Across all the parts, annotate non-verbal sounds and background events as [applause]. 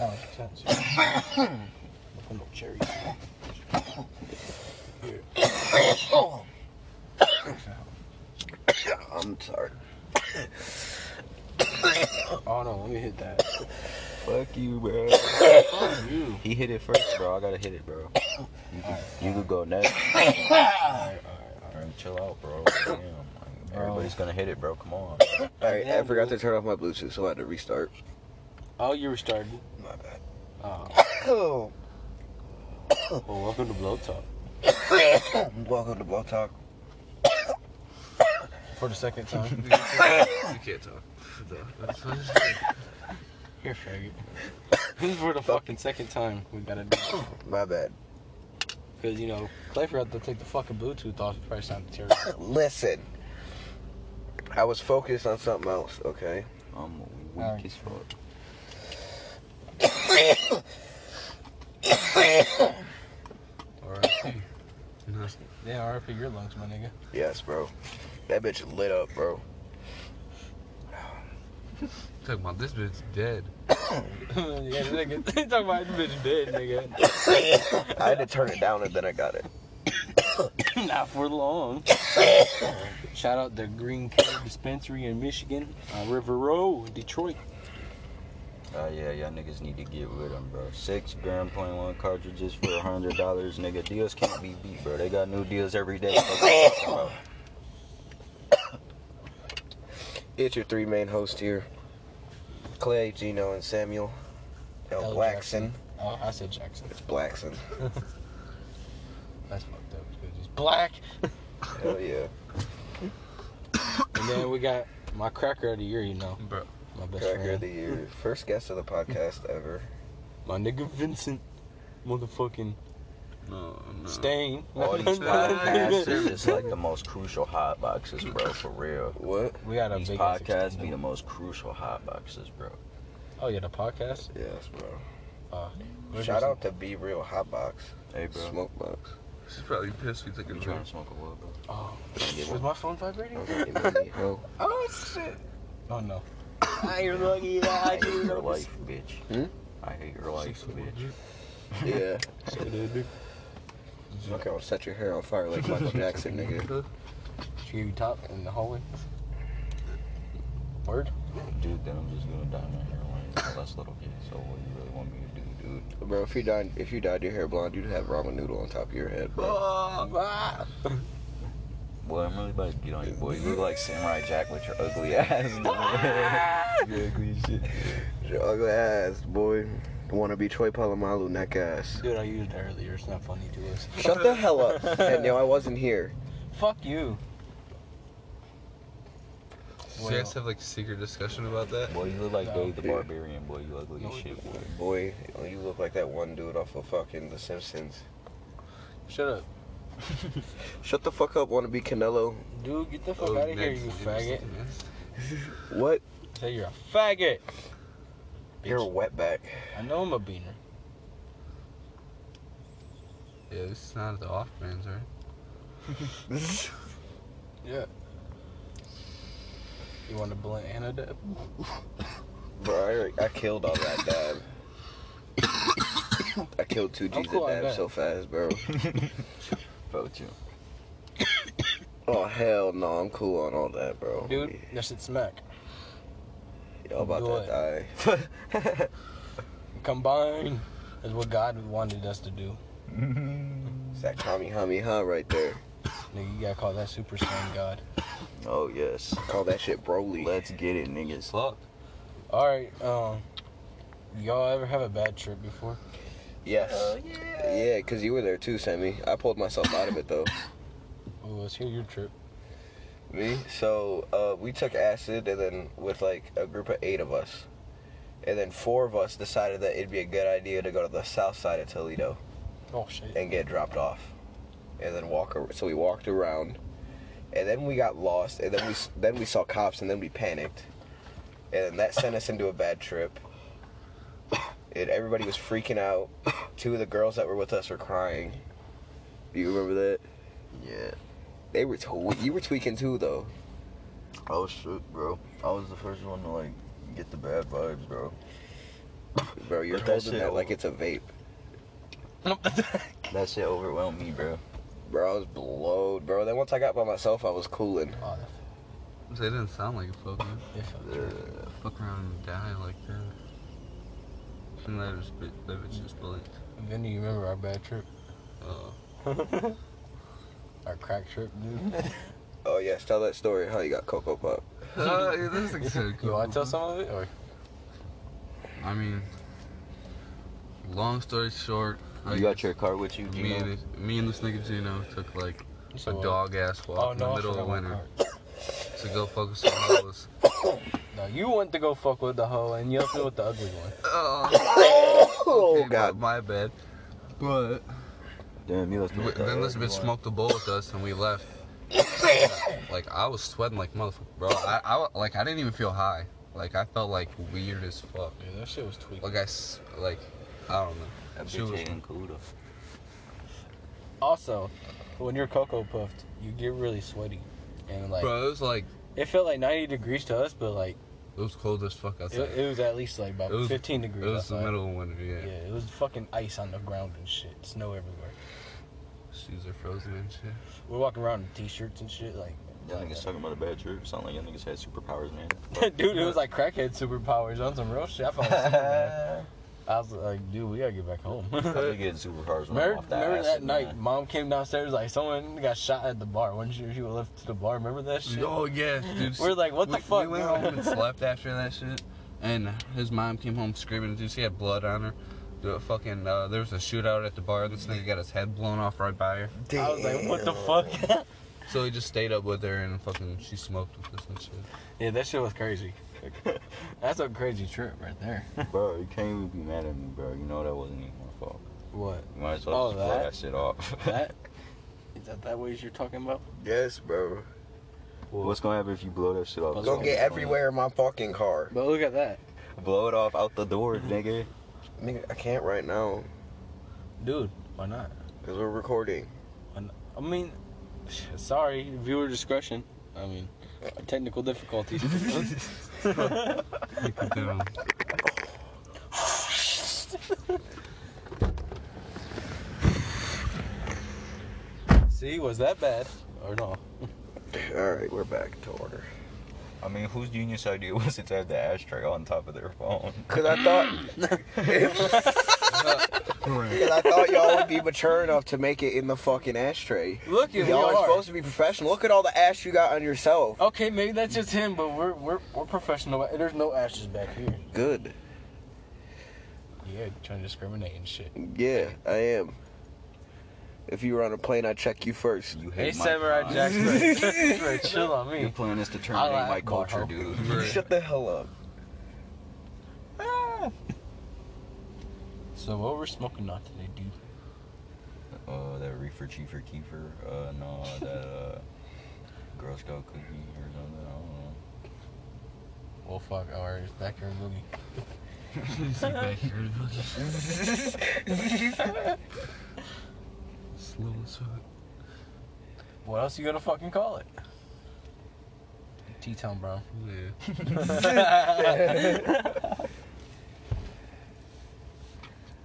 Oh, it's expensive. Put no cherries. Here. I'm sorry. Oh no, let me hit that. Fuck you, [laughs] bro. Fuck you. He hit it first, bro. I gotta hit it, bro. You could, you could go [laughs] next. Alright, alright, alright. Alright, chill out, bro. Damn. like, Everybody's gonna hit it, bro. Come on. Alright, I forgot to turn off my Bluetooth, so I had to restart. Oh, you restarted. My bad. Oh, well, [laughs] welcome to Blow Talk. Welcome to Blow Talk. For the second time. [laughs] you can't talk. Here, faggot. This is for the fucking second time we gotta do it. My bad. Because, you know, Clay forgot to take the fucking Bluetooth off the price time to tear Listen. I was focused on something else, okay? I'm weak Alright. as fuck. RIP. Yeah, RIP your lungs, my [laughs] nigga. Yes, bro. That bitch lit up, bro. Talking about this bitch dead. yeah, nigga. [laughs] Talking about this bitch dead, nigga. I had to turn it down and then I got it. [laughs] Not for long. Shout out the Green Cave Dispensary in Michigan, uh, River Row, Detroit. Oh yeah, y'all niggas need to get rid of them, bro. Six gram point one cartridges for a hundred dollars, nigga. Deals can't be beat, bro. They got new deals every day. Fuck you talking about. [coughs] It's your three main hosts here: Clay, Gino, and Samuel. L. L. Blackson. Oh, I said Jackson. It's Blackson. That's fucked up. Because he's black. Hell yeah. And then we got my cracker of the year, you know. [laughs] Bro. My best Cracker of friend. the year. [laughs] First guest of the podcast [laughs] ever. My nigga Vincent. Motherfucking No, no. Stain. [laughs] All these podcasts is just like the most crucial hot boxes, bro. For real, What? we got a these big podcasts be the most crucial hot boxes, bro. Oh yeah, the podcast. Uh, Yes, bro. What Shout is out to Be Real Hotbox, Hey, bro, Smokebox. [laughs] She's probably pissed we took a you drink. trying to smoke a wood, bro? it? Oh, was my phone vibrating? Hell Oh shit. Oh no. You're lucky I hate your life, bitch. Hmm? I hate your life, bitch. yeah. She Okay, I'll set your hair on fire like [laughs] Michael [laughs] Jackson, nigga. gave you top in the hallway. Word. Dude, then I'm just gonna dye my hair white. Well, that's little kid. So what you really want me to do, dude? Bro, if you died, if you dyed your hair blonde, you'd have ramen noodle on top of your head, bro. Ah. Boy, I'm really about to get on you, boy. You look like Samurai Jack with your ugly [laughs] ass. dude. you ugly as shit. Your ugly ass, boy. Wanna be Troy Polamalu neck [laughs] ass. Dude, I used it earlier. It's not funny to us. Shut the hell up. And yo, I wasn't here. Fuck you. Did you guys have like secret discussion about that? Boy, you look like No. Dave the Barbarian, boy. You ugly as shit, boy. Boy, you look like that one dude off of fucking The Simpsons. Shut up. Shut the fuck up, wanna be Canelo. Dude, get the fuck out of here, Oh, next, you did faggot. something else? What? Say you're a faggot. You're a Bitch. wetback. I know I'm a beaner. Yeah, this is not the off brands, right? Yeah. You want to blend antidote? Bro, I, I killed all that dab. I killed two I'm G's cool of on dab that. so fast, [laughs] bro. Vote you. Oh, hell no, I'm cool on all that, bro. Dude, that shit smack. Y'all about Do to die. [laughs] Combine is what God wanted us to do. It's that Tommy Hummy Huh right there. Nigga, you gotta call that Super Saiyan God. Oh yes. Call that shit Broly. [laughs] Let's get it, niggas. Fuck. All right, um, y'all ever have a bad trip before? yes. yeah. cause you were there too, Sammy. I pulled myself out of it though. Ooh, let's hear your trip. Me? So uh, we took acid and then with like a group of eight of us. And then four of us decided that it'd be a good idea to go to the south side of Toledo Oh shit. and get dropped off. And then walk ar- so we walked around. And then we got lost and then we s- then we saw cops and then we panicked. And then that sent us into a bad trip. And everybody was freaking out. Two of the girls that were with us were crying. Do you remember that? Yeah. They were tw- you were tweaking too though. Oh, I was shook, bro. I was the first one to like get the bad vibes, bro. Bro, you're Put that holding shit that like over. it's a vape. That shit overwhelmed me, bro. Bro, I was blowed, bro. Then once I got by myself, I was cooling. Oh, They didn't sound like a fuck, man. that- that felt Uh, good. Fuck around and die like that. And that was, bit- that was just [laughs] blinked. Vinny, you remember our bad trip? Oh. [laughs] Our crack trip, [laughs] dude? Oh yes, tell that story how you got Cocoa Pop. Uh, yeah, this thing's so cool. [laughs] you want to tell some of it? Or I mean, long story short, I You got your car with you, me Gino? and, me and this nigga Gino took like So, a uh, dog ass walk Oh, in no, the I middle forgot of my winter card. to go focus on hoes. No, you want to go fuck with the hoe and you left me with the ugly one. [laughs] Oh, Oh okay, God, my bad. But Damn, you left me w- with that then this ugly bitch one. smoked a bowl with us and [laughs] we left. like I was sweating like motherfucker, bro. I, I wa- like I didn't even feel high. Like I felt like weird as fuck. Yeah, that shit was tweaked. Like I s- like I don't know. That She was- bitch ain't cool Also, when you're cocoa puffed, you get really sweaty. And like, Bro, it was like it felt like 90 degrees to us, but like, it was cold as fuck it, outside. it was at least like about It was- 15 It degrees. was the outside. middle of winter, Yeah. yeah. it was fucking ice on the ground and shit. Snow everywhere. Shoes are frozen and shit. We're walking around in t-shirts and shit. Like, [laughs] Y'all niggas talking about a bad trip. Sound like y'all niggas had superpowers, man. dude, it was like crackhead superpowers on some real shit. I felt like, man. [laughs] I'll I was like, dude, we gotta get back home. [laughs] be getting superpowers when I'm Remember, off that remember acid, that night, man. mom came downstairs like someone got shot at the bar. When she, she was left to the bar, remember that shit? Oh yeah, dude. [laughs] We're like, what the we, fuck, We went bro? [laughs] home and slept after that shit, and his mom came home screaming. Dude, she had blood on her. Dude, fucking, uh, there was a shootout at the bar. This nigga got his head blown off right by her. I was like, what the fuck? [laughs] So he just stayed up with her and fucking she smoked with us and shit. yeah, that shit was [laughs] crazy. That's a crazy trip right there. uh, Bro, you can't even be mad at me, bro. You know that wasn't even my fault. [laughs] What? You might as well Oh, just play that? that shit off. [laughs] That? Is that that ways you're talking about? yes, bro. What's gonna happen if you blow that shit off? Go It's Go gonna get be- everywhere in my fucking car. But look at that. Blow it off out the door, nigga. Nigga, I can't right now Dude, why not? because we're recording. I mean, sorry, viewer discretion. I mean, technical difficulties. Dude, [laughs] See, was that bad? Or no? All right, we're back to order. I mean, whose genius idea was it to have the ashtray on top of their phone? Cause I thought, [laughs] cause I thought y'all would be mature enough to make it in the fucking ashtray. Look, at Y'all are supposed to be professional. Look at all the ash you got on yourself. Okay, maybe that's just him, but we're we're we're professional. There's no ashes back here. Good. Yeah, trying to discriminate and shit. Yeah, I am. If you were on a plane, I'd check you first. You Hey, hate my Samurai kind. Jack, [laughs] right, right, chill on Your me. plan is to I terminate like my Bob culture, Hope. dude. Shut the hell up. [laughs] So what we're smoking on today, dude? Uh, that reefer, cheefer, keefer. Uh, no, that uh, Girl Scout cookie or something. I don't know. Well, fuck, our backyard boogie. Slow as fuck. What else you gonna fucking call it? T-Town Brown. [laughs] Yeah.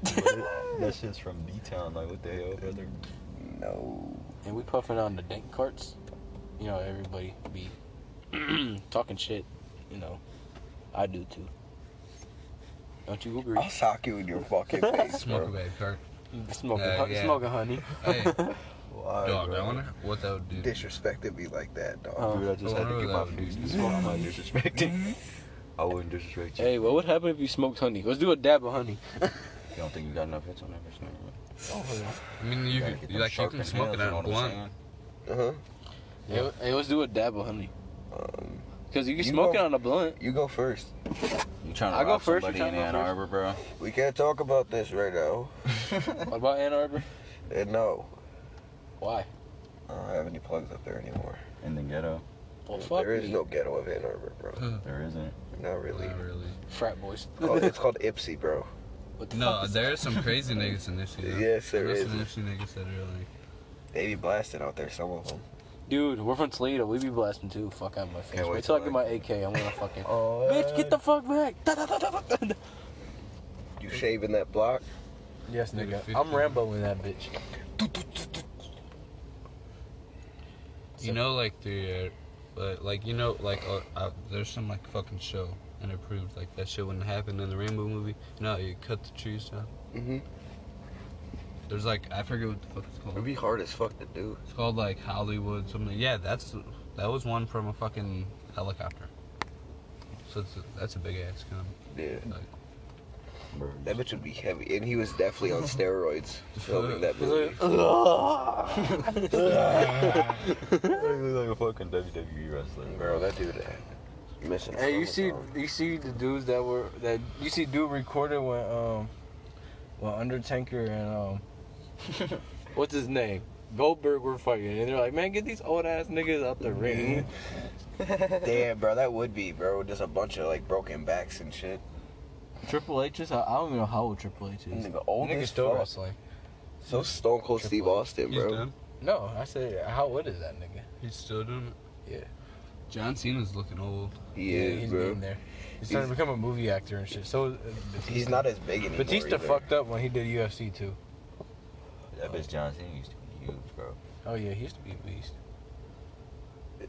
But that shit's from D Town. Like, what the hell, brother? No. And we puffing on the dank carts. You know, everybody be [clears throat] talking shit. You know, I do too. Don't you agree? I'll sock you in your [laughs] fucking face, Smoke a bro. bag cart. Smoking, Uh, hon- yeah. smoking honey. [laughs] Hey, Why, dog, I bro? wonder what that would do. Disrespected me like that, dog. Oh. Dude, I just I had to wonder get what that my Mm-hmm. would face do. this far. I'm not disrespecting. I wouldn't disrespect you. Hey, what would happen if you smoked honey? Let's do a dab of honey. You don't think you got enough hits on that person? Oh, I mean, you gotta could, get you, them like you sharpened can smoke nails, it you out know of what I'm blunt. saying? [laughs] Uh-huh. Hey, hey, let's do a dab of honey. Um, Cause you can You smoke go- it on a blunt. you go first. You trying to I'll go rob first, you somebody trying in to go Ann first? Arbor, bro? We can't talk about this right now. What about Ann Arbor? And no, Why? I don't have any plugs up there anymore. In the ghetto? Well, fuck there is me. no ghetto of Ann Arbor, bro. There isn't. Not really. Not really. frat boys. Oh, it's called Ipsy, bro. What the fuck No, [laughs] is there are some crazy niggas in this shit. Yes, there There's is. some nifty niggas that are like, They be blasting out there, some of them. Dude, we're from Toledo. We be blasting too. Fuck out my face. Can't Wait wait till I [laughs] till get my AK. I'm gonna fucking. Oh, [laughs] Bitch, get the fuck back! Da, da, da, da, da, da. shaving that block. Yes, nigga. Nigga, I'm 50. Rambo in that bitch. You know, like the, uh, but, like you know, like uh, uh, there's some like fucking show, and it proved like that shit wouldn't happen in the Rainbow movie. No, you cut the trees down. Mm-hmm. There's like I forget what the fuck it's It'd called. be hard as fuck to do. It's called like Hollywood something. Yeah, that's that was one from a fucking helicopter. So it's that's a big ass gun. Yeah. Like, That bitch would be heavy, and he was definitely [laughs] on steroids filming that movie. [laughs] like a fucking WWE wrestler. Bro, that dude uh, missing. Hey, you so see, much arm. you see the dudes that were that you see dude recorded when um when Undertaker and um [laughs] what's his name Goldberg were fighting, and they're like, man, get these old ass niggas out the ring. Damn, bro, that would be, bro. Just a bunch of like broken backs and shit. Triple H is I I don't even know how old Triple H is. Nigga, old nigga as still fuck. wrestling. So Stone Cold Steve Triple H. Austin, He's bro. done. No, I said how old is that nigga? He's still doing it. Yeah. John Cena's looking old. He is, he's bro. getting there. He's starting to become a movie actor and shit. So uh, Batista. He's not as big anymore. Batista either. fucked up when he did UFC too. That bitch Johnson used to be huge, bro. Oh yeah, he used to be a beast.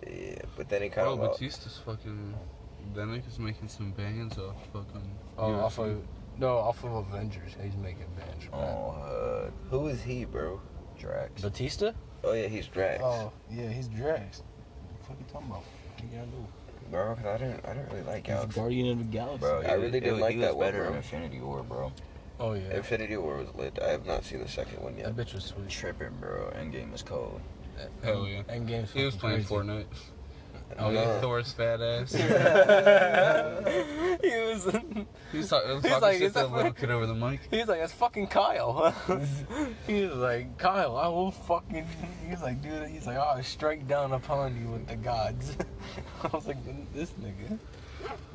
Yeah, but then he kind Bro, of. Batista's fucking. That nigga's making some bands off fucking. Oh, UFC. off of no, off of Avengers. He's making bands. Oh, from that. uh, Who is he, bro? Drax. Batista? Oh yeah, he's Drax. Oh yeah, he's Drax. What are you talking about? What you gotta do? Bro, 'cause I didn't, I didn't really like He's Galaxy. Guardian of the Galaxy. Bro, he I was- really didn't he like was that one, better bro. in Infinity War, bro. Oh yeah, Infinity War was lit. I have not seen the second one yet. that bitch was sweet. Tripping, bro. Endgame was cold. Hell yeah. And games. He was playing Fortnite. Oh, yeah, Thor's fat ass. [laughs] [laughs] he was. He's talking, He's talking like, shit "Is to that that little for-" kid over the mic. He was like, "That's fucking Kyle." [laughs] he was like, "Kyle, I will fucking." [laughs] He was like, "Dude," he's like, "I'll strike down upon you with the gods." [laughs] I was like, "This nigga."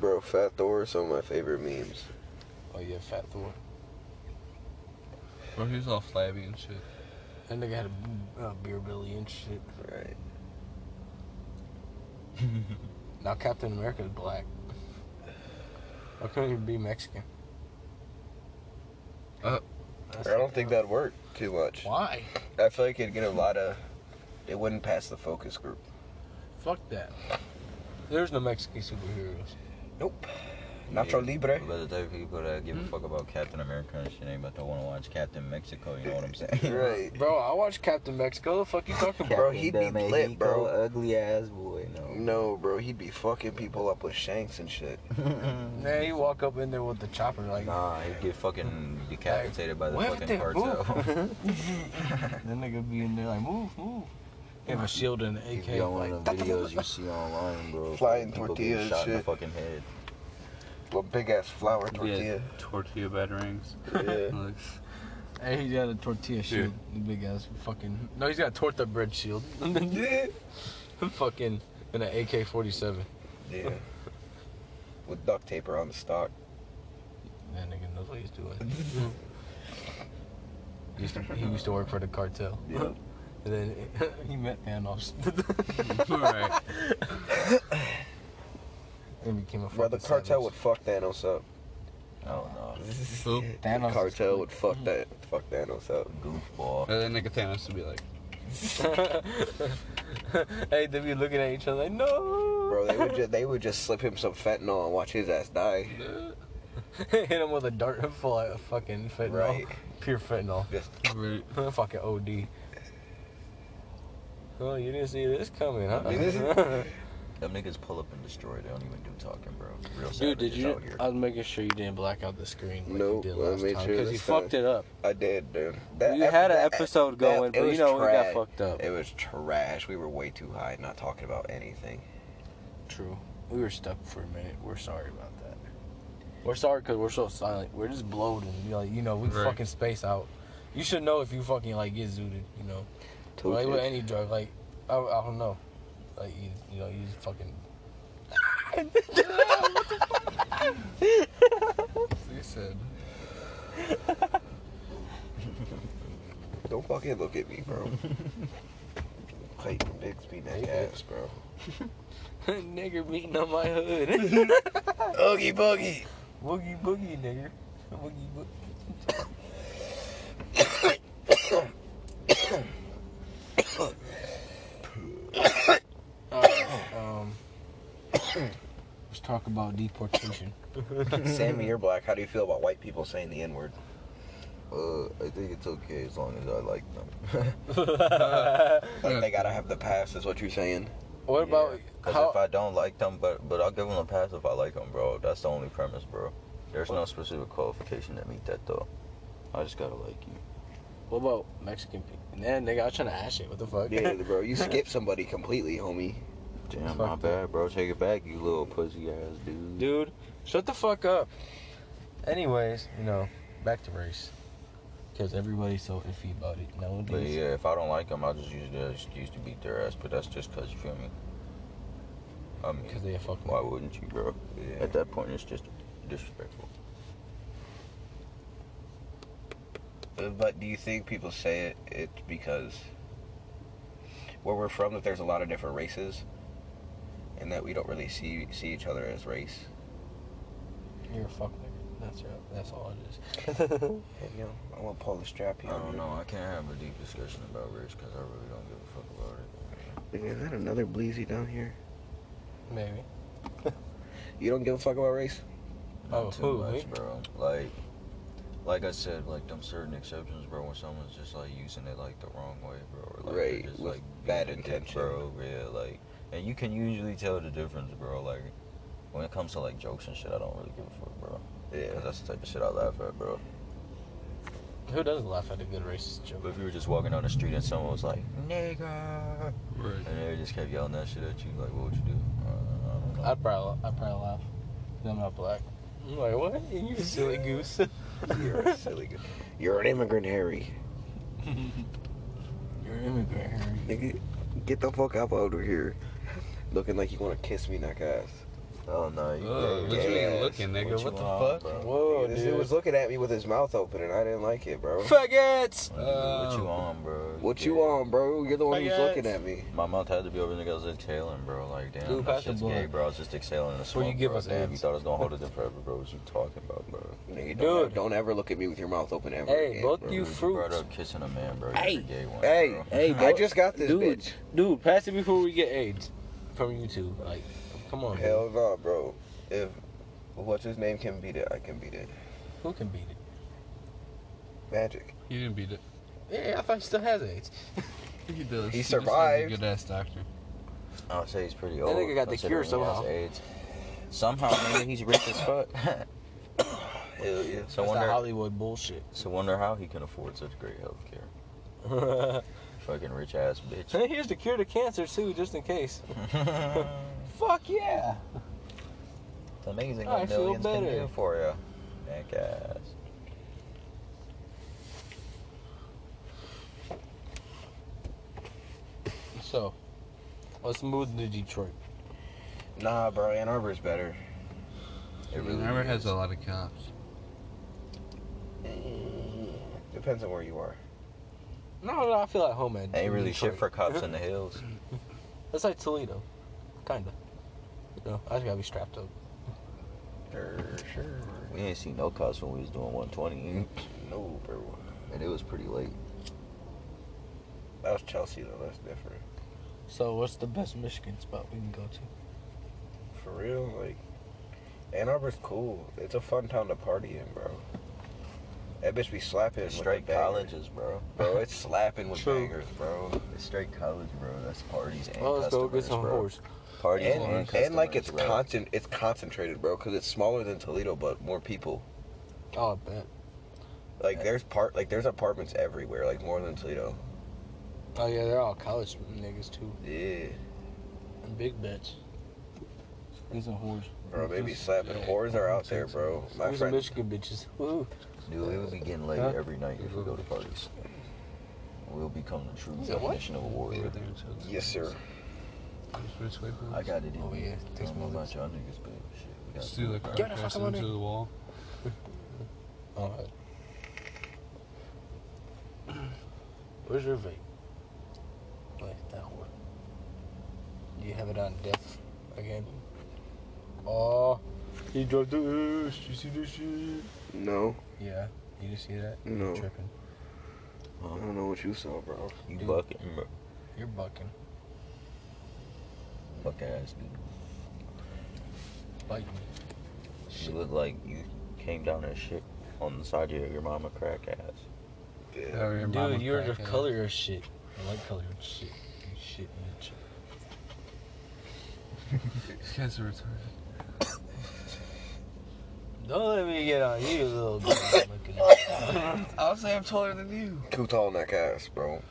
Bro, Fat Thor is some of my favorite memes. Oh yeah, Fat Thor. Bro, he was all flabby and shit. That nigga had a uh, beer belly and shit. Right. Now Captain America is black. I couldn't even be Mexican. Uh, That's- I don't think that'd work too [laughs] much. Why? I feel like it'd get a lot of. It wouldn't pass the focus group. Fuck that. There's no Mexican superheroes. Nope. Nacho Libre. [laughs] But the type of people that give a fuck about Captain America and shit ain't about to want to watch Captain Mexico, you know [laughs] what I'm saying? [laughs] Right. Bro, I watched Captain Mexico. The fuck you talking [laughs] about? Bro, he'd be Captain lit, Mexico, bro. Ugly ass boy, [laughs] no. No, bro, he'd be fucking people up with shanks and shit. Nah, you walk up in there with the chopper like Nah, he'd get fucking decapitated by the What fucking the- [laughs] [laughs] cartel. move. then they could be in there like move, move. They have a shield and an If AK. you don't want like, [laughs] the videos you see [laughs] online, bro. Flying people tortilla getting and shot in the shit. fucking head. With big ass flour [laughs] tortilla. tortilla [laughs] batarangs. Yeah. Like, [laughs] Hey, he's got a tortilla shield. The big ass fucking. No, he's got a torta bread shield. [laughs] fucking and an AK forty seven. Yeah. With duct tape around the stock. That nigga knows what he's doing. He [laughs] used to, he used to work for the [laughs] cartel. Yeah. And then [laughs] he met [laughs] Thanos. [laughs] Alright. and became a Bro, the fucking cartel would savage. fuck Thanos up. Oh no. Oop. The Thanos is cartel cool. Mm. would fuck that, fuck Thanos up. Goofball. And then nigga Thanos would be like, [laughs] hey, they be looking at each other like, no. Bro, they would just, they would just slip him some fentanyl and watch his ass die. [laughs] hit him with a dart full of fucking fentanyl, Right. pure fentanyl, [laughs] Just right. fucking OD. Oh, you didn't see this coming, huh? You [laughs] Them niggas pull up and destroy. They don't even do talking, bro. Real Dude, did savages you? Out here. I was making sure you didn't black out the screen. Like Nope, you did I last made time, sure you this fucked time. it up. I did, dude. You ep- had an episode going, it but you was know we got trash. fucked up. It was trash. We were way too high, not talking about anything. True. We were stuck for a minute. We're sorry about that. We're sorry because we're so silent. We're just bloated. We Like you know, we Right. fucking space out. You should know if you fucking like get zooted. You know, like with any drug. Like I, I don't know. Like you, you know, you just fucking. He said, Don't fucking look at me, [laughs] bro. Clayton Bixby neck ass, bro. [laughs] nigger beating on my hood. [laughs] Oogie boogie. Woogie boogie, nigger. [coughs] um, [coughs] let's talk about deportation. [laughs] [laughs] Sammy, you're black. How do you feel about white people saying the N word? Uh, I think it's okay as long as I like them. Like they gotta have the pass, is what you're saying. What about Because if how? I don't like them, but but I'll give them a pass if I like them, bro. That's the only premise, bro. There's no specific qualification to meet that though. I just gotta like you. What about Mexican people? Man, nigga, I was trying to ask it. What the fuck? Yeah, bro, you skip somebody completely, [laughs] homie. Damn, Fuck my bad, bro. Take it back, you little pussy ass dude. Dude, shut the fuck up. Anyways, you know, back to race. Because everybody's so iffy about it nowadays. But yeah, if I don't like them, I just use the excuse to beat their ass. But that's just cause you feel me. I mean, Because they a fuck why wouldn't you, bro? Yeah. At that point, it's just disrespectful. Uh, But do you think people say it it's because where we're from that there's a lot of different races, and that we don't really see see each other as race? You're a fuck nigga. That's, your, that's all it is. Hey, yo, I want Paul to strap you. I don't know. I can't have a deep discussion about race because I really don't give a fuck about it. Is that another bleezy down here? Maybe. You don't give a fuck about race? Not Oh, too who, much, me? bro. Like, like I said, like them certain exceptions, bro. When someone's just like using it like the wrong way, bro. Or, like, they're Right, Just, with like being bad a dick, intention. bro. Yeah, like, and you can usually tell the difference, bro. Like, when it comes to like jokes and shit, I don't really give a fuck, bro. Yeah. 'Cause that's the type of shit I laugh at, bro. Who doesn't laugh at a good racist joke? But if you were just walking down the street and someone was like, "Nigga," Right. and they just kept yelling that shit at you, like, what would you do? Uh, I don't know. I'd probably, I'd probably laugh. 'Cause I'm not black. I'm like, what? You silly goose. You're a silly good. You're an immigrant, Harry. You're an immigrant, Harry. Nigga, get the fuck up out of here. Looking like you want to kiss me, knock ass. Oh no! You, Whoa, yeah, Uh, what you yeah. even looking, nigga? What What, you the fuck? want, bro? Whoa, this Oh, dude. dude was looking at me with his mouth open, and I didn't like it, bro. Faggots! Uh, what Um, you on, bro? What you Yeah. on, bro? You're the one who's Faggots. looking at me. My mouth had to be open because I was exhaling, bro. Like, damn, Dude, that pass the shit's blunt. gay, bro. I was just exhaling the smoke, you give bro. us Damn, you abs. thought I was [laughs] gonna hold it in forever, bro. What you talking about, bro? Nigga, don't, Dude. don't ever look at me with your mouth open ever. Hey, again, both bro. you Dude, You brought fruits. up kissing a man, bro. You're Hey, the gay one, hey, bro. Hey, I bro. just got this dude, bitch. dude, pass it before we get AIDS from YouTube. Like, come on, Hell no, bro. If what's his name can beat it, I can beat it. dude. who can beat it? Magic. He didn't beat it. Yeah, I thought he still has AIDS. He does. He just has a survived. Good ass doctor. [laughs] I would say he's pretty That old. nigga got the cure considering he has somehow. AIDS. Somehow, nigga, he's rich as fuck. [laughs] Hell yeah. so That's that wonder, Hollywood bullshit. [laughs] so wonder how he can afford such great health care. Here's Fucking rich ass bitch. [laughs] the cure to cancer too, just in case. Fuck yeah! it's amazing I what feel millions can better. do for you. That ass. So, let's move to Detroit. Nah, bro. Ann Arbor's better. It really Never is. has a lot of cops. Depends on where you are. No, no, I feel at home at. Ain't really Detroit. shit [laughs] for cops in the hills. That's like Toledo, kinda. You know, I just gotta be strapped up. Er, sure. We ain't seen no cops when we was doing 120, Mm-hmm. No, bro. and it was pretty late. That was Chelsea though. That's different. So, what's the best Michigan spot we can go to? For real, like Ann Arbor's cool. It's a fun town to party in, bro. That bitch be slapping It's with straight the banger. colleges, bro. bro. It's slapping with True. bangers, bro. It's straight college, bro. That's parties and Well, let's go customers, get some bro. horse. Parties and, And, and customers, like it's bro. concent, it's concentrated, bro, because it's smaller than Toledo, but more people. Oh, I bet. Like there's part, like there's apartments everywhere, like more than Toledo. Oh yeah, they're all college niggas too. Yeah, And big bitch. These are whores. bro, they be slapping. Whores are out there, bro. My These are friend, Michigan bitches. Woo. Dude, we would be getting late Huh? every night if we go to parties. We'll become the true Yeah, what? definition of a warrior. yes sir. Which way, I got it. in Oh, me. yeah. I Takes don't know more about y'all niggas, but shit. we got Just do like Get the our fuck cross out of into here. the wall. Oh, Where's your vape? Like that whore. You have it on death again. Oh, he dropped the ash. You see this shit? No, Yeah. You didn't see that? no. Tripping. I don't know what you saw, bro. You Dude. bucking, bro. You're bucking. Bucket ass dude. Bite me. You look like you came down that shit on the side of your mama crack ass. Yeah. Oh, your mama Dude, you're the crack ass. color of shit. I like color of shit. You shit bitch. These guys are [laughs] retarded. Don't let me get on you, little dude. [laughs] looking I'll say I'm taller than you. Too tall neck ass, bro.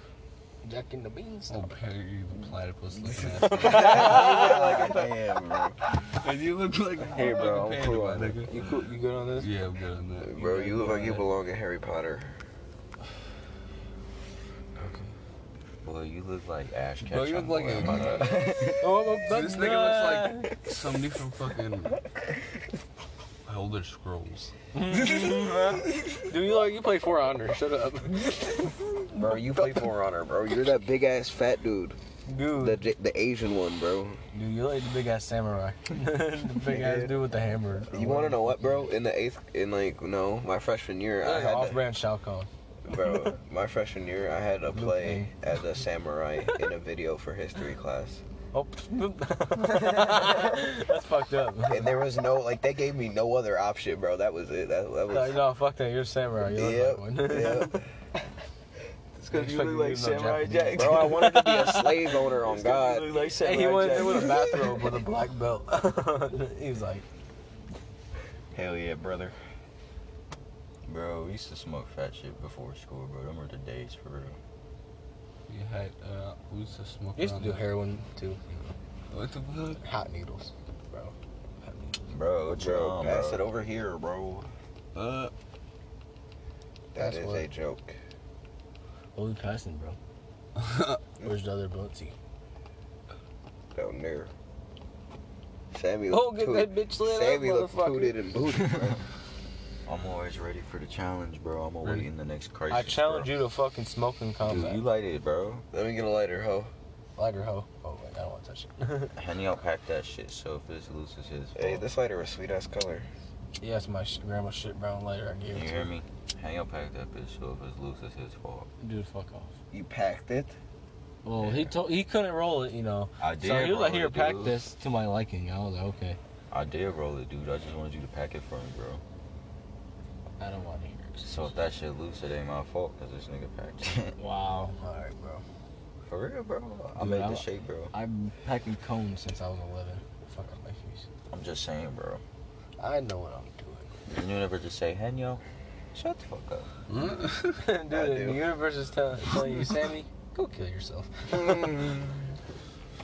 Jack in the beans. Oh, Perry, you the platypus looking [laughs] Damn, bro. ass. you look like a Hey, bro, fucking I'm cool panda, on my nigga. You cool? You good on this? Yeah, I'm good on that. Bro, you look like you belong in Harry Potter. Boy, you look like Ash Ketchum. Bro, you look like boy. a- I'm not- Oh, So this nigga looks like somebody from fucking Elder Scrolls. like. Dude, you like you play 400. Shut up, Bro, you play for honor, bro. You're that big ass fat dude, dude. the J- the Asian one, bro. dude, you like the big ass samurai. [laughs] the big ass dude with the hammer. You want to know what, bro? In the eighth, in like no, my freshman year, I Like had off to, brand Shao Kahn. bro. My freshman year, I had to Luke play as a samurai in a video for [laughs] history class, [laughs] Oh, that's fucked up. and there was no like they gave me no other option, bro. That was it. That, that Like, was. no, fuck that. [laughs] You're a samurai. You look Yep, like one. [laughs] yep. It's gonna be like Samurai Jack. Bro, I wanted [laughs] to be a slave owner on It's gonna God. look like Hey, he Samurai went there Jack. with a bathrobe with a black belt. [laughs] he was like, Hell yeah, brother. Bro, we used to smoke fat shit before school, bro. Them were the days for real. You had, uh, we used to smoke I used to around do the- heroin too. What the fuck? Hot needles, bro. Hot needles. Bro, chill Bro, on, pass bro. it over here, bro. Uh, That That's is what- a joke. What we passing, [laughs] bro? Where's the other blunty? Down there. Sammy Oh, get that bitch lit up, Sammy looked motherfucker. tooted and booted. [laughs] bro. I'm always ready for the challenge, bro. I'm always Ready? in the next crisis. I challenge bro. you to fucking smoke in Dude, combat. you light it, bro. Let me get a lighter, ho. Lighter hoe. Oh, wait, I don't want to touch it. Henny packed that shit, so if this loses his fault. Hey, this lighter is sweet ass color. yeah, it's my sh- grandma's shit brown lighter I gave you it to hear her. me? Henny packed that bitch, so if it's loose, it's his fault. Dude, fuck off. You packed [laughs] it. Well, he Yeah. told he couldn't roll it, you know. I did. so he was like, roll "Here, it, pack dude. this to my liking." I was like, "Okay, I did roll it, dude. I just wanted you to pack it for me, bro. I don't want to hear." it. So if that shit loose, it ain't my fault, cause this nigga packed it. [laughs] Wow. All right, bro. for real, bro. I Dude, made I'm- this shake, bro. I've been packing cones since I was 11. Fuck up my face. I'm just saying, bro. I know what I'm And you never just say, Henyo, shut the fuck up. [laughs] doing. I Dude, do. the universe is tell- telling you, Sammy, go kill yourself.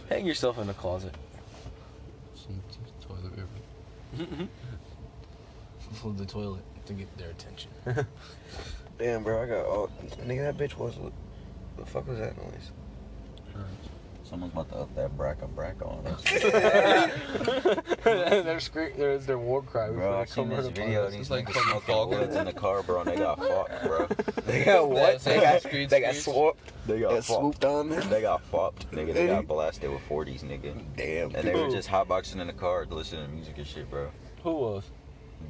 Hang yourself in the closet. some t- toilet paper. Flood the toilet to get their [laughs] attention. Damn, bro, I got all. Nigga, that bitch was. The fuck was that noise? Someone's about to up that braca braca on [laughs] us. their scream, there's their war cry. bro, I finna come seen this right upon video us. of these It's like niggas fucking smoking Falcon. woods in the car, bro, and they got fucked, [laughs] bro. They got what? That's They it. got, Screech, they got screech. swapped. They Got got fucked. swooped on. They got fucked, nigga. They got blasted with 40s, nigga. Damn. And they were just hotboxing in the car, listening to music and shit, bro. Who was?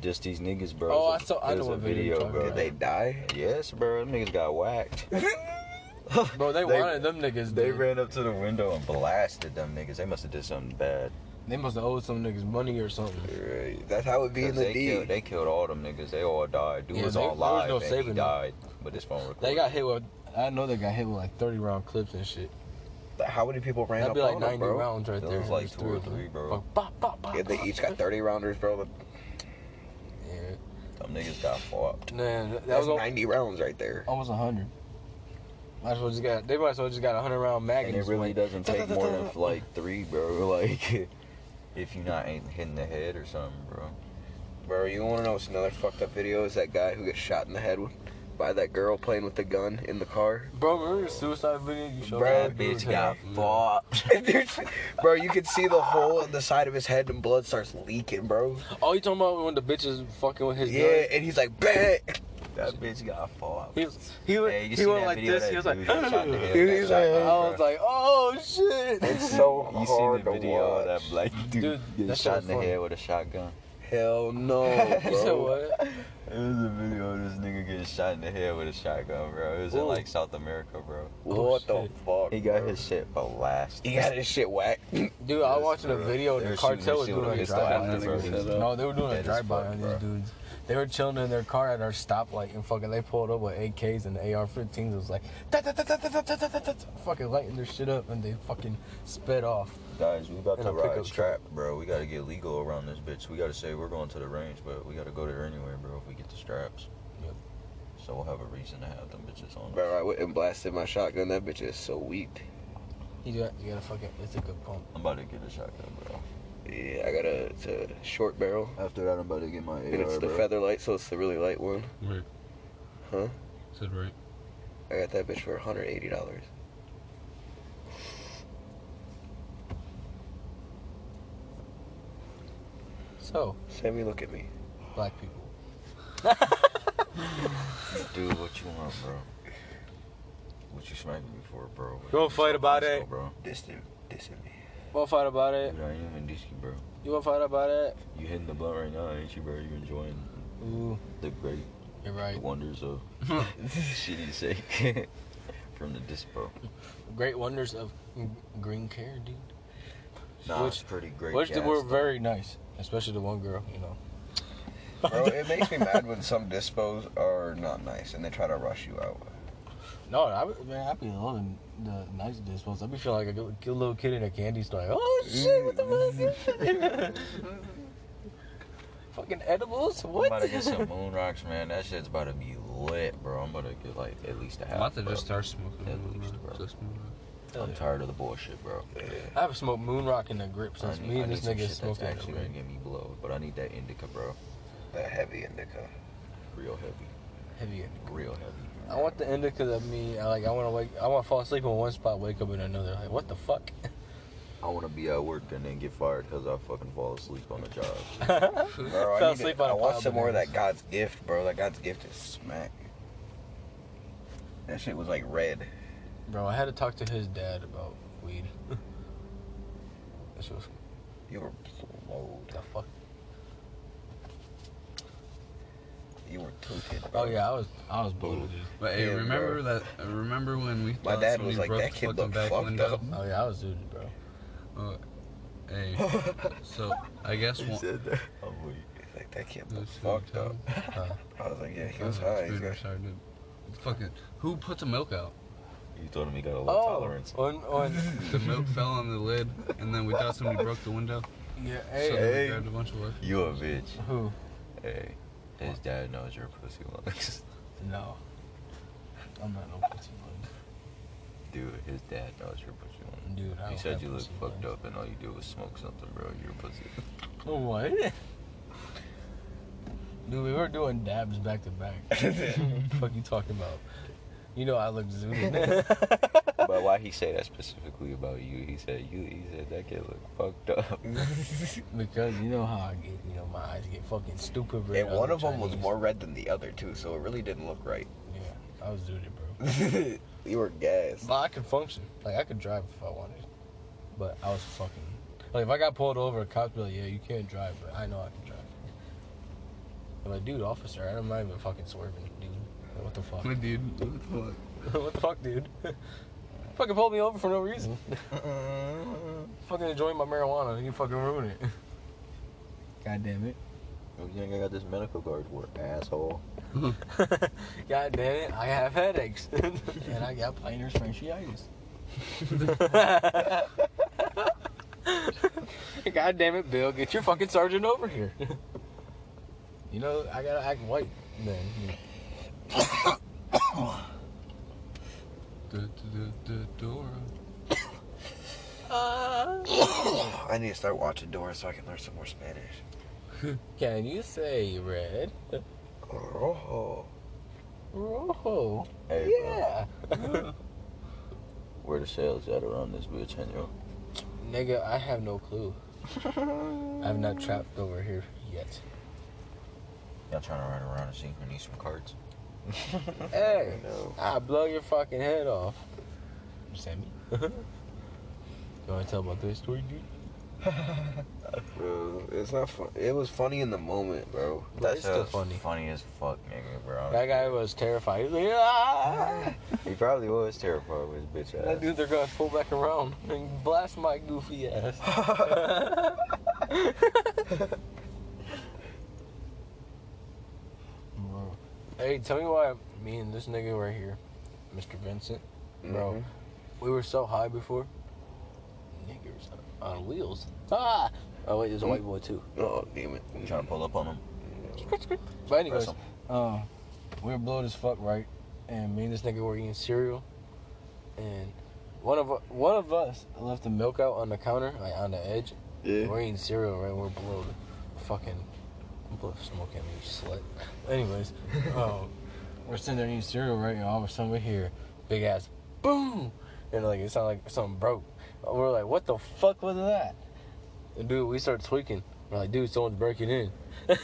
Just these niggas, bro. Oh, It was I saw- I it was know a what video you're bro. talking Did they die? Yes, bro. Them niggas got whacked. Bro, they, They- wanted them niggas. They They, ran up to the window and blasted them niggas. They must have did something bad. they must have owed some niggas money or something. Right. That's how it be in 'Cause the they, D. killed, they killed all them niggas. They all died. Dude Yeah, was there- on there was live no and he saving them. died. But this phone recorded. They got hit with. I know they got hit with like 30 round clips and shit. How many people ran That'd up be like on them, 90 bro? rounds right That there. was like Just two or of them. three, bro. Fuck, Bop, bop, bop, Yeah, they bop. each got 30 rounders, bro. Yeah. Them niggas got fucked. Man, that That's was al- 90 rounds right there. almost 100. Might as well just got. They might as well just got a 100 round mag. And in it this one. really doesn't take more than like three, bro. [laughs] Like if you not ain't hitting the head or something, bro. Bro, you wanna know what's another fucked up video? Is that guy who gets shot in the head with- by that girl playing with the gun in the car? Bro, remember your suicide video you showed? Bro, me? That bitch Dude, got yeah. fucked. [laughs] bro, you can see the hole in the side of his head and blood starts leaking, bro. Oh, you talking about when the bitch is fucking with [laughs] his Yeah, gun? and he's like, bet. That bitch got [laughs] fucked. He, was- he, went- Hey, you he seen went that like video of this. that He was dude like, who got [laughs] shot in the head? Dude, he's That like- shot, bro. I was like, oh shit. It's so You seen [laughs] hard the to video of watch. that black dude, Dude, getting that shit shot was in the funny. head with a shotgun? [laughs] Hell no, You said bro. what? It was a video of this nigga getting shot in the head with a shotgun, bro. It was in Ooh. like South America, bro. Oh, what the shit. fuck? He got bro? his shit blasted. He got his shit whacked. Dude, I was Yes, watching a bro. video and They the were shooting cartel that was shit doing with a a pistol drive-by after on they these were dudes. set up. No, they were doing a Dead as drive-by fuck, on bro. these dudes. They were chilling in their car at our stoplight and fucking they pulled up with AKs and AR-15s. It was like, da, da, da, da, da, da, da, da, da, da, fucking lighting their shit up and they fucking sped off. Guys, we about In to a pickup ride truck. trap, bro. We gotta get legal around this bitch. We gotta say we're going to the range, but we gotta go there anyway, bro. If we get the straps, Yep. so we'll have a reason to have them bitches on. Bro, us. I went and blasted my shotgun. That bitch is so weak. You got, you got to fucking, it's a good pump. I'm about to get a shotgun, bro. Yeah, I got a, it's a short barrel. After that, I'm about to get my AR, And it's the bro. feather light, so it's the really light one. Right. Huh? Said right. I got that bitch for $180. So, Sammy, look at me. black people. Do what you want, bro. What you smacking me for, bro? Don't fight about Let's go, it. bro. This dude, this is me. Want to fight about it? Dude, I ain't even disky, bro. You want to fight about it? You hitting the blunt right now, ain't you, bro? You enjoying Ooh, the great you're right. wonders [laughs] of shitty sake [laughs] from the dispo. Great wonders of g- green care, dude. Nah, Which- it's pretty great. Which they gas, were [laughs] though. very nice, especially the one girl, you know. Bro, it makes me mad when some dispos are not nice and they try to rush you out. No, I, be- man, I be loving the nice dispos. I be feeling like a good, good little kid in a candy store. Like, oh shit, what the fuck? [laughs] Fucking edibles? I'm What? about to [laughs] get some moon rocks, man. That shit's about to be lit, bro. I'm about to get like at least a I'm half. about to bro. just start smoking. At one, least, bro. bro. Just smoke. I'm tired of the bullshit, bro. I haven't smoked moon rock in the grip I since need- me I and need this some nigga shit smoked that's it. actually gonna get me blowed, but I need that indica, bro. That heavy indica. Real heavy, Heavy. real heavy. I want the indica that me, I like, I want to wake, I want to fall asleep in one spot, wake up in another. Like, what the fuck? I want to be at work and then get fired because I fucking fall asleep on the job. Bro, I, Fell need to- asleep on a I want pile some of more of that bananas. God's gift, bro. That God's gift is smack. That shit was like red. Bro, I had to talk to his dad about weed. [laughs] that shit was, You were blowed. what the fuck? You were tooted. Bro. Oh yeah, I was, I was booted. But hey, Yeah, remember that? Remember when we? My thought dad somebody was like, broke "That the kid fucking looked back fucked window?" up. Oh yeah, I was booted, bro. Hey, so [laughs] I guess one. that. I'm weak. He's like, that kid Mm. That's was what fucked up. I'm I was like, yeah, he telling- was That's high. what He's I'm got- sorry, dude. Fucking, who put the milk [laughs] out? You told him he got a low Oh, tolerance. on, on, The milk fell on the lid, and then we thought somebody broke the window. Yeah, so hey, then hey. we grabbed a bunch of liquor. You a bitch. who? Hey, his dad knows your pussy looks. No. I'm not no pussy boy. [laughs] Dude, his dad knows your pussy looks. Dude, I He don't said have you look pussy fucked buns. up and all you do is smoke something, bro. You're a [laughs] pussy. Oh, [laughs] what? Dude, we were doing dabs back to [laughs] back. fuck you talking about? You know I look [laughs] zooted. but why he say that specifically about you? He said you. He said that kid look fucked [laughs] up. because you know how I get, you know, my eyes get fucking stupid red. and I one look of them was Chinese. more red than the other two, so it really didn't look right. [laughs] Yeah, I was zooted, bro. you were gassed. But I could function. Like, I could drive if I wanted. But I was fucking. Like, if I got pulled over, cops be like, yeah, you can't drive, but I know I can drive. I'm like, dude, officer, I'm not even fucking swerving, dude. Like, what the fuck? [laughs] My dude, what the fuck? what the fuck, dude? [laughs] Mm-hmm. fucking pulled me over for no reason. fucking enjoying my marijuana. You fucking ruined it. God damn it. You think I got this medical card for asshole? God damn it. I have headaches. [laughs] and I got plantar fasciitis. [laughs] God damn it, Bill. Get your fucking sergeant over here. [laughs] you know, I gotta act white then. Duh, duh, duh, duh, Dora. I need to start watching Dora so I can learn some more Spanish. Can you say red? Rojo. Rojo. Hey, Yeah. bro, where the sales at around this bitch, Henry? [laughs] Nigga, I have no clue. I've [laughs] not trapped over here yet. Y'all trying to run around and see who needs some cards? Hey, No. I'll blow your fucking head [laughs] off. Sammy? you wanna tell about this story, dude? Bro, it's not fun. It was funny in the moment, bro. That's That still was funny. Funny as fuck, nigga, bro. That guy was terrified. He was like, ah! He probably was terrified with his bitch That ass. dude, they're gonna pull back around and blast my goofy ass. [laughs] Bro. Hey, tell me why me and this nigga right here, Mr. Vincent, bro, Mm-hmm. we were so high before. Niggas on wheels. Ah! Oh wait, there's a white boy too. Mhm. Oh damn it! You trying to pull up on him? But anyways, Press him. um, we were blown as fuck, right? And me and this nigga were eating cereal, and one of one of us left the milk out on the counter, like on the edge. We're eating cereal, right? We're blowed, fucking, blow smoke at me, you slut. [laughs] Anyways, um, we're sitting there eating cereal, right? And all of a sudden we hear big ass boom, and like it sounded like something broke. We're like, what the fuck was that? And dude, we start tweaking. We're like, dude, someone's breaking in.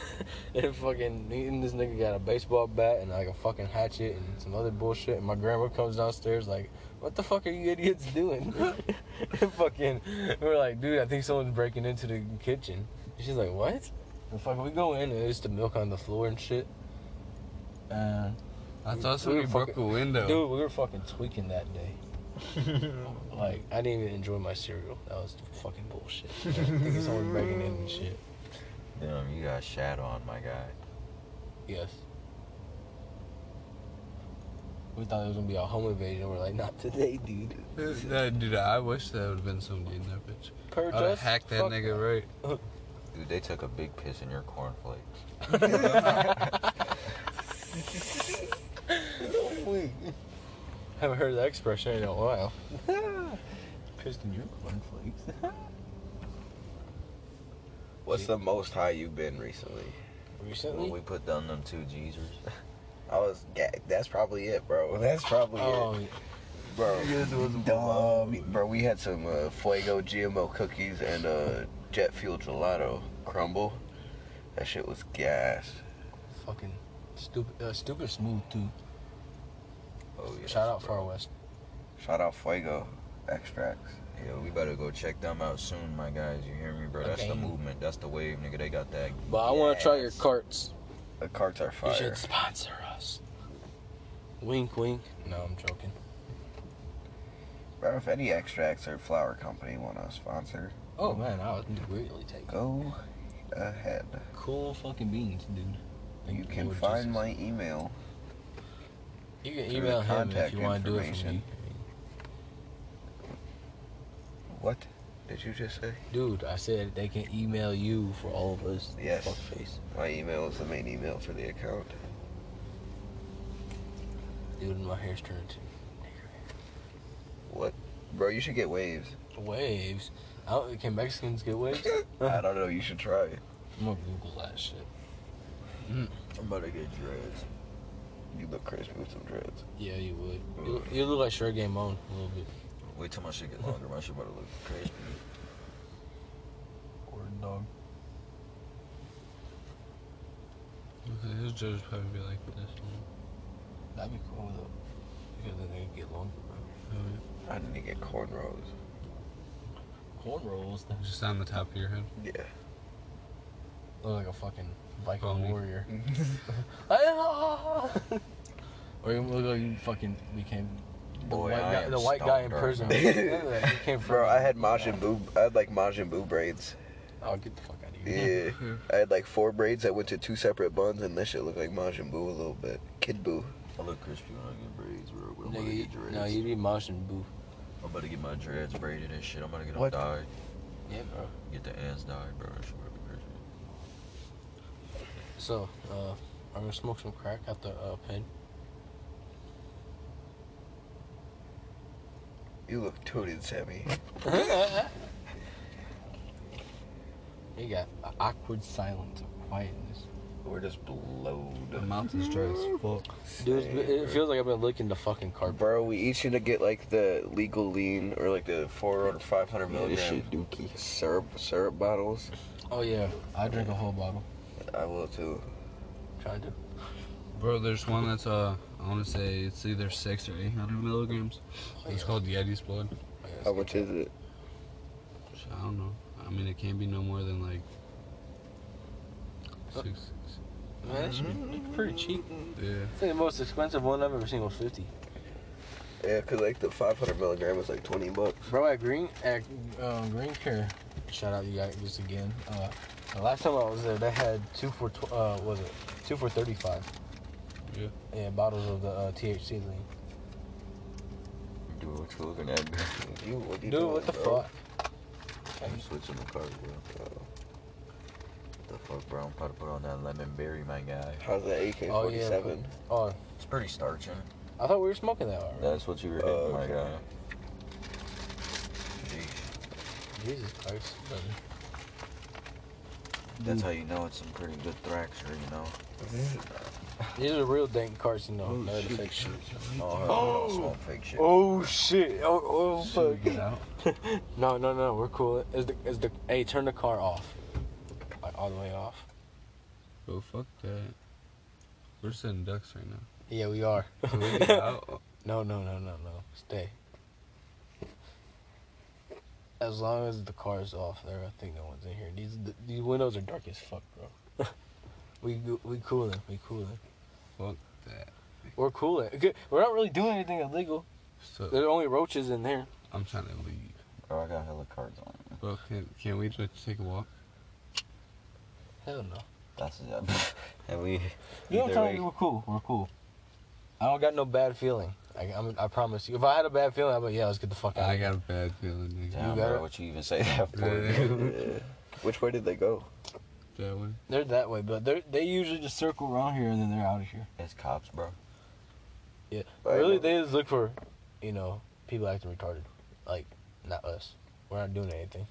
[laughs] and fucking, he- and this nigga got a baseball bat and like a fucking hatchet and some other bullshit. And my grandma comes downstairs like, what the fuck are you idiots doing? [laughs] and fucking, we're like, dude, I think someone's breaking into the kitchen. And she's like, what? And fucking, we go in and it's the milk on the floor and shit. And I We thought somebody were broke fucking- a window. Dude, we were fucking tweaking that day. like, I didn't even enjoy my cereal. That was fucking bullshit. I think someone's breaking in and shit. Damn, you got shadow on my guy. Yes. We thought it was gonna be a home invasion. We're like, not today, dude. That- Uh, dude, I wish that would have been somebody in that bitch. Purge I would have us? hacked that Fuck nigga right. Dude, they took a big piss in your cornflakes. Haven't heard that expression in a while. Pissed in your cornflakes. What's the most high you've been recently? When Recently? we put down them two geezers. I was. ga- That's probably it, bro. [laughs] That's probably Oh, it, bro. Yes, it was a Dumb. Bro, we had some uh, Fuego GMO cookies and uh, jet fuel gelato crumble. That shit was gas. fucking stupid, uh, stupid smooth too. Oh yeah. Shout out Far West. Shout out Fuego extracts. Yeah, we better go check them out soon, my guys. You hear me, bro? That's the Okay. movement. That's the wave, nigga. They got that. But I want to try your gas. carts. The carts are You fire. should sponsor us. Wink, wink. No, I'm joking. Bro, if any extracts or flower company want to sponsor, Oh man, I would greatly take go ahead. cool fucking beans, dude. You Thank can Lord find Oh, Jesus. my email. You can through email the him if contact you want to do it for me. information. What did you just say? Dude, I said they can email you for all of us. Yes. Fuckface. My email is the main email for the account. Dude, my hair's turning to What? Bro, you should get waves. waves. I don't, can Mexicans get waves? I don't know. You should try it. I'm gonna Google that shit. I'm about to get dreads. You look crisp with some dreads. Yeah, you would. You, you look like Sure Game On a little bit. Wait till my shit get longer. My shit about to look crazy. Or dog. Okay, his judge would probably be like this. One. That'd be cool though. Because then they can get longer, bro. I need to get cornrows. Cornrows. Just on the top of your head. [laughs] Yeah. Look like a fucking Viking Bony. [laughs] warrior. [laughs] or [laughs] you look like you fucking became the Boy, white I guy, am the white guy in stoned right prison. now. [laughs] Yeah, he came Bro, from- I had Majin Buu. I had like Majin Buu braids. [laughs] Oh, get the fuck out of here. Yeah. I had like four braids that went to two separate buns, and this shit looked like Majin Buu a little bit. Kid Buu. I look crispy when I get braids, bro. But I'm about to [laughs] Nigga, you- get dreads. no, you be moshing boo. I'm about to get my dreads braided and shit. I'm gonna get them What? dyed. Yeah, bro. Get the ends dyed, bro. That shit about to be crazy. So, uh, I'm gonna smoke some crack out the uh, pen. You look tooted, Sammy. You got a awkward silence of quietness. We're just The blowed. mouth is dry as fuck. Dude, it, it feels like I've been licking the fucking carpet. Bro, we each need to get like the legal lean or like the 400 or 500 Yeah, this milligram shit dookie. syrup syrup bottles. Oh yeah, I drink a whole bottle. I will too. Trying to. Bro, there's one that's uh, I want to say it's either six or eight hundred milligrams. It's called Yeti's blood. How much is it? Shit, I don't know. I I mean, it can't be no more than like Uh, six. six- Man, that should be pretty cheap. Yeah. I think the most expensive one I've ever seen was 50. Yeah, cause like the 500 milligram was like 20 bucks. Bro, at Green at um, Green Care, shout out you guys again. Uh, the last time I was there, they had two for tw- uh, was it two for thirty five. Yeah. Yeah, bottles of the uh, THC lean. Dude, what you [laughs] looking at? bro? You, what you Dude, doing, what the bro? fuck? I'm switching the card, bro. What the fuck, bro? I'm about to put on that lemon berry, my guy. How's that AK-47? Oh, yeah, Oh, It's pretty starching. I thought we were smoking that already. That's what you were hitting, Oh, my okay. guy. Jeez. Jesus Christ, brother. That's how you know it's some pretty good thraxer, you know? These are real dank carts, you know. Oh, not the shoot. fake shit. Oh, hell, we don't smoke fake shit. Oh shit! Oh, oh Should we fuck! get out? No, no, no, we're cool. Is the is the hey? Turn the car off, like all the way off. Bro, fuck that. We're sitting ducks right now. Yeah, we are. Can [laughs] we get out? No, no, no, no, no. Stay. As long as the car is off there, I think no one's in here. These th- these windows are dark as fuck, bro. [laughs] we go- we cooling, we cooling. Fuck that. We're cooling. Okay, We're not really doing anything illegal. There So are only roaches in there. I'm trying to leave. Bro, Oh, I got hella cards on. me. Bro, can can we just take a walk? Hell no. That's it. [laughs] and we. You don't either tell way- me we're cool. We're cool. I don't got no bad feeling. I I'm, I promise you. If I had a bad feeling, I'd be like, yeah, let's get the fuck out. I got a bad feeling, nigga. Damn, got bro, it. what you even say that for? Yeah. Yeah. Which way did they go? That one. They're that way, but they they usually just circle around here and then they're out of here. [laughs] It's cops, bro. Right, really, bro. they just look for, you know, people acting retarded. Like, not us. We're not doing anything.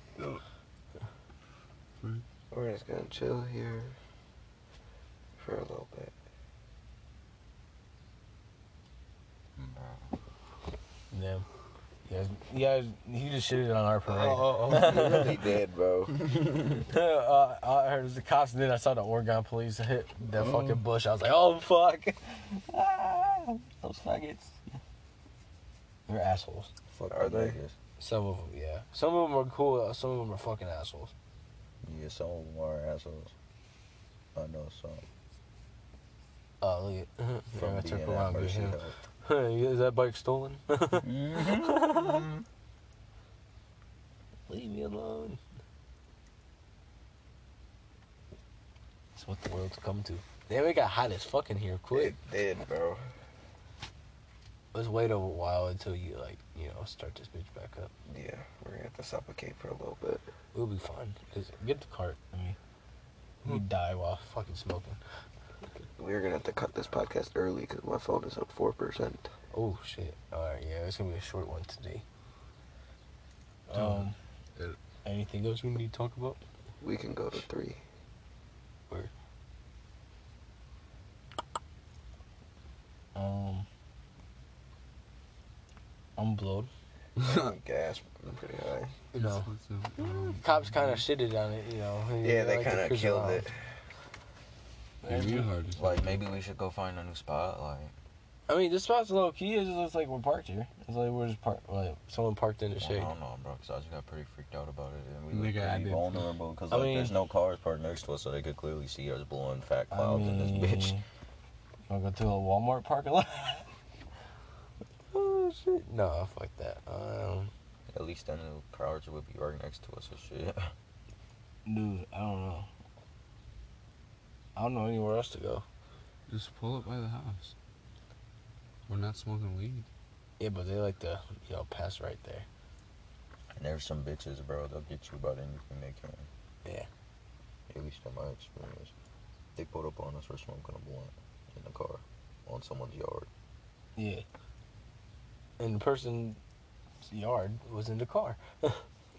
We're just gonna chill here for a little bit. Mm, bro. Yeah. You guys, you guys, he just shitted on our parade. Oh. oh. [laughs] You really did, bro. [laughs] uh, I heard it was the cops, and then I saw the Oregon police hit that fucking bush. I was like, oh, fuck. Ah, [laughs] those faggots. They're assholes. Fuck Are them they? niggas. Some of them, yeah. Some of them are cool, some of them are fucking assholes. Yeah, some of them are assholes. I know some. Oh, look at [laughs] From Yeah, I being took at around good Mercy him. Hill. [laughs] Is that bike stolen? Mm-hmm. [laughs] Leave me alone. It's what the world's come to. Damn, it got hot as fuck in here quick. It did, bro. Let's wait a while until you, like, you know, start this bitch back up. Yeah, we're gonna have to suffocate for a little bit. We'll be fine. Cause get the cart. I mean, we die while fucking smoking. We're gonna have to cut this podcast early because my phone is up four percent. Oh, shit. Alright, yeah, it's gonna be a short one today. Um, It- anything else we need to talk about? We can go to three. Um, I'm blowed. [laughs] I'm gas pretty high. You know, um, Mm, cops kind of shitted on it. You know. Yeah, they like to kind of cruise killed around. it. Immune hard as Like fuck. maybe we should go find a new spot. Like I mean, this spot's low key. It just looks like we're parked here. It's like we're just parked. Like someone parked in the I shade. don't know, bro, because I just got pretty freaked out about it, and we Nigga, look I pretty did. vulnerable because I like there's mean- no cars parked next to us, so they could clearly see us blowing fat I clouds in this bitch. mean, Wanna go through a Walmart parking lot? [laughs] oh shit! No, fuck that. Um, [laughs] At least then the cars would be right next to us or shit. [laughs] dude, I don't know. I don't know anywhere else to go. Just pull up by the house. We're not smoking weed. Yeah, but they like to, you know, pass right there. And there's some bitches, bro. They'll get you about anything they can. Yeah. At least in my experience, they pulled up on us for smoking a blunt in the car on someone's yard. Yeah. And the person's yard was in the car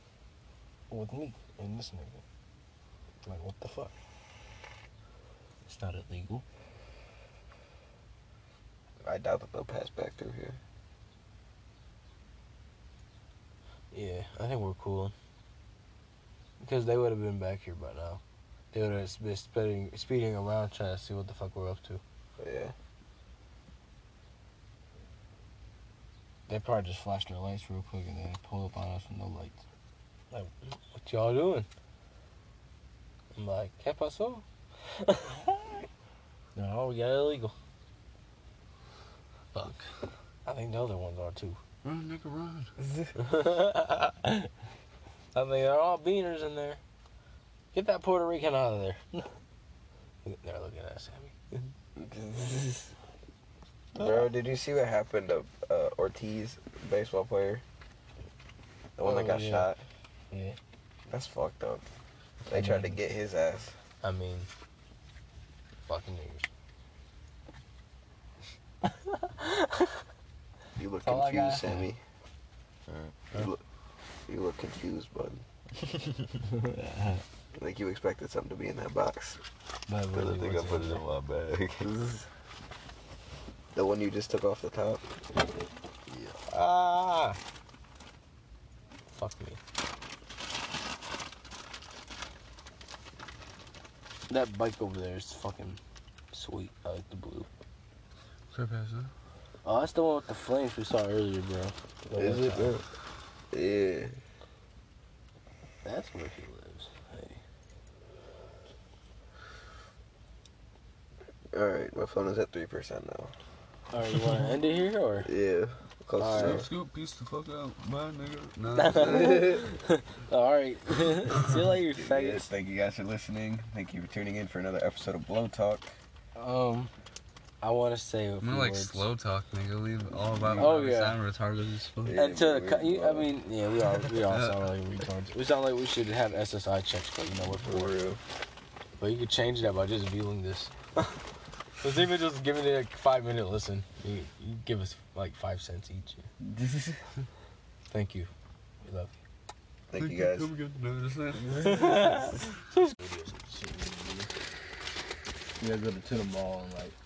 [laughs] with me and this nigga. Like, what the fuck? It's not illegal. I doubt that they'll pass back through here. Yeah, I think we're cool. Because they would have been back here by now. They would have been speeding, speeding around trying to see what the fuck we're up to. But [laughs] yeah. They probably just flashed their lights real quick and then pulled up on us with no lights. Like, what y'all doing? I'm like, ¿qué pasó? [laughs] no, we got illegal. Fuck. I think the other ones are too. [laughs] Run, nigga, run. I think they're all beaners in there. Get that Puerto Rican out of there. [laughs] they're looking at Sammy. Bro, did you see what happened to uh, Ortiz, baseball player? The one Oh, that got yeah. shot? Yeah. That's fucked up. They tried to get his ass. I mean, fucking niggas. You look All I got. confused, Sammy. You look, you look confused, [laughs] bud. like you expected something to be in that box. [laughs] But I really, think I what's put in it in there? my bag. [laughs] The one you just took off the top. Ah! Fuck me. That bike over there is fucking sweet. I like the blue. Crap ass, huh? Oh, that's the one with the flames we saw earlier, bro. uh, The one time. Yeah. That's where he lives. Hey. All right, my phone is at three percent now. All right, you want to end it here [laughs] or? Yeah. Close All right. enough. Scoop, peace the fuck out. Bye, nigga. Nah. All right. [laughs] See you later, faggots. Thank you guys for listening. Thank you for tuning in for another episode of Blow Talk. Um, I want to say a I'm few gonna like words. slow talk, nigga. Leave all about Oh, my yeah. sound retarded as fuck. Yeah. And to the, co- weird, you, I bro. mean, yeah, we all we [laughs] all sound like retards. We sound like we should have SSI checks, but you know we're For real. But you could change that by just viewing [laughs] this. Because even just giving it a five minute listen, you, you give us like five cents each. [laughs] Thank you. We love Thank you guys. Come get to know this now. you. You gotta go to the mall and like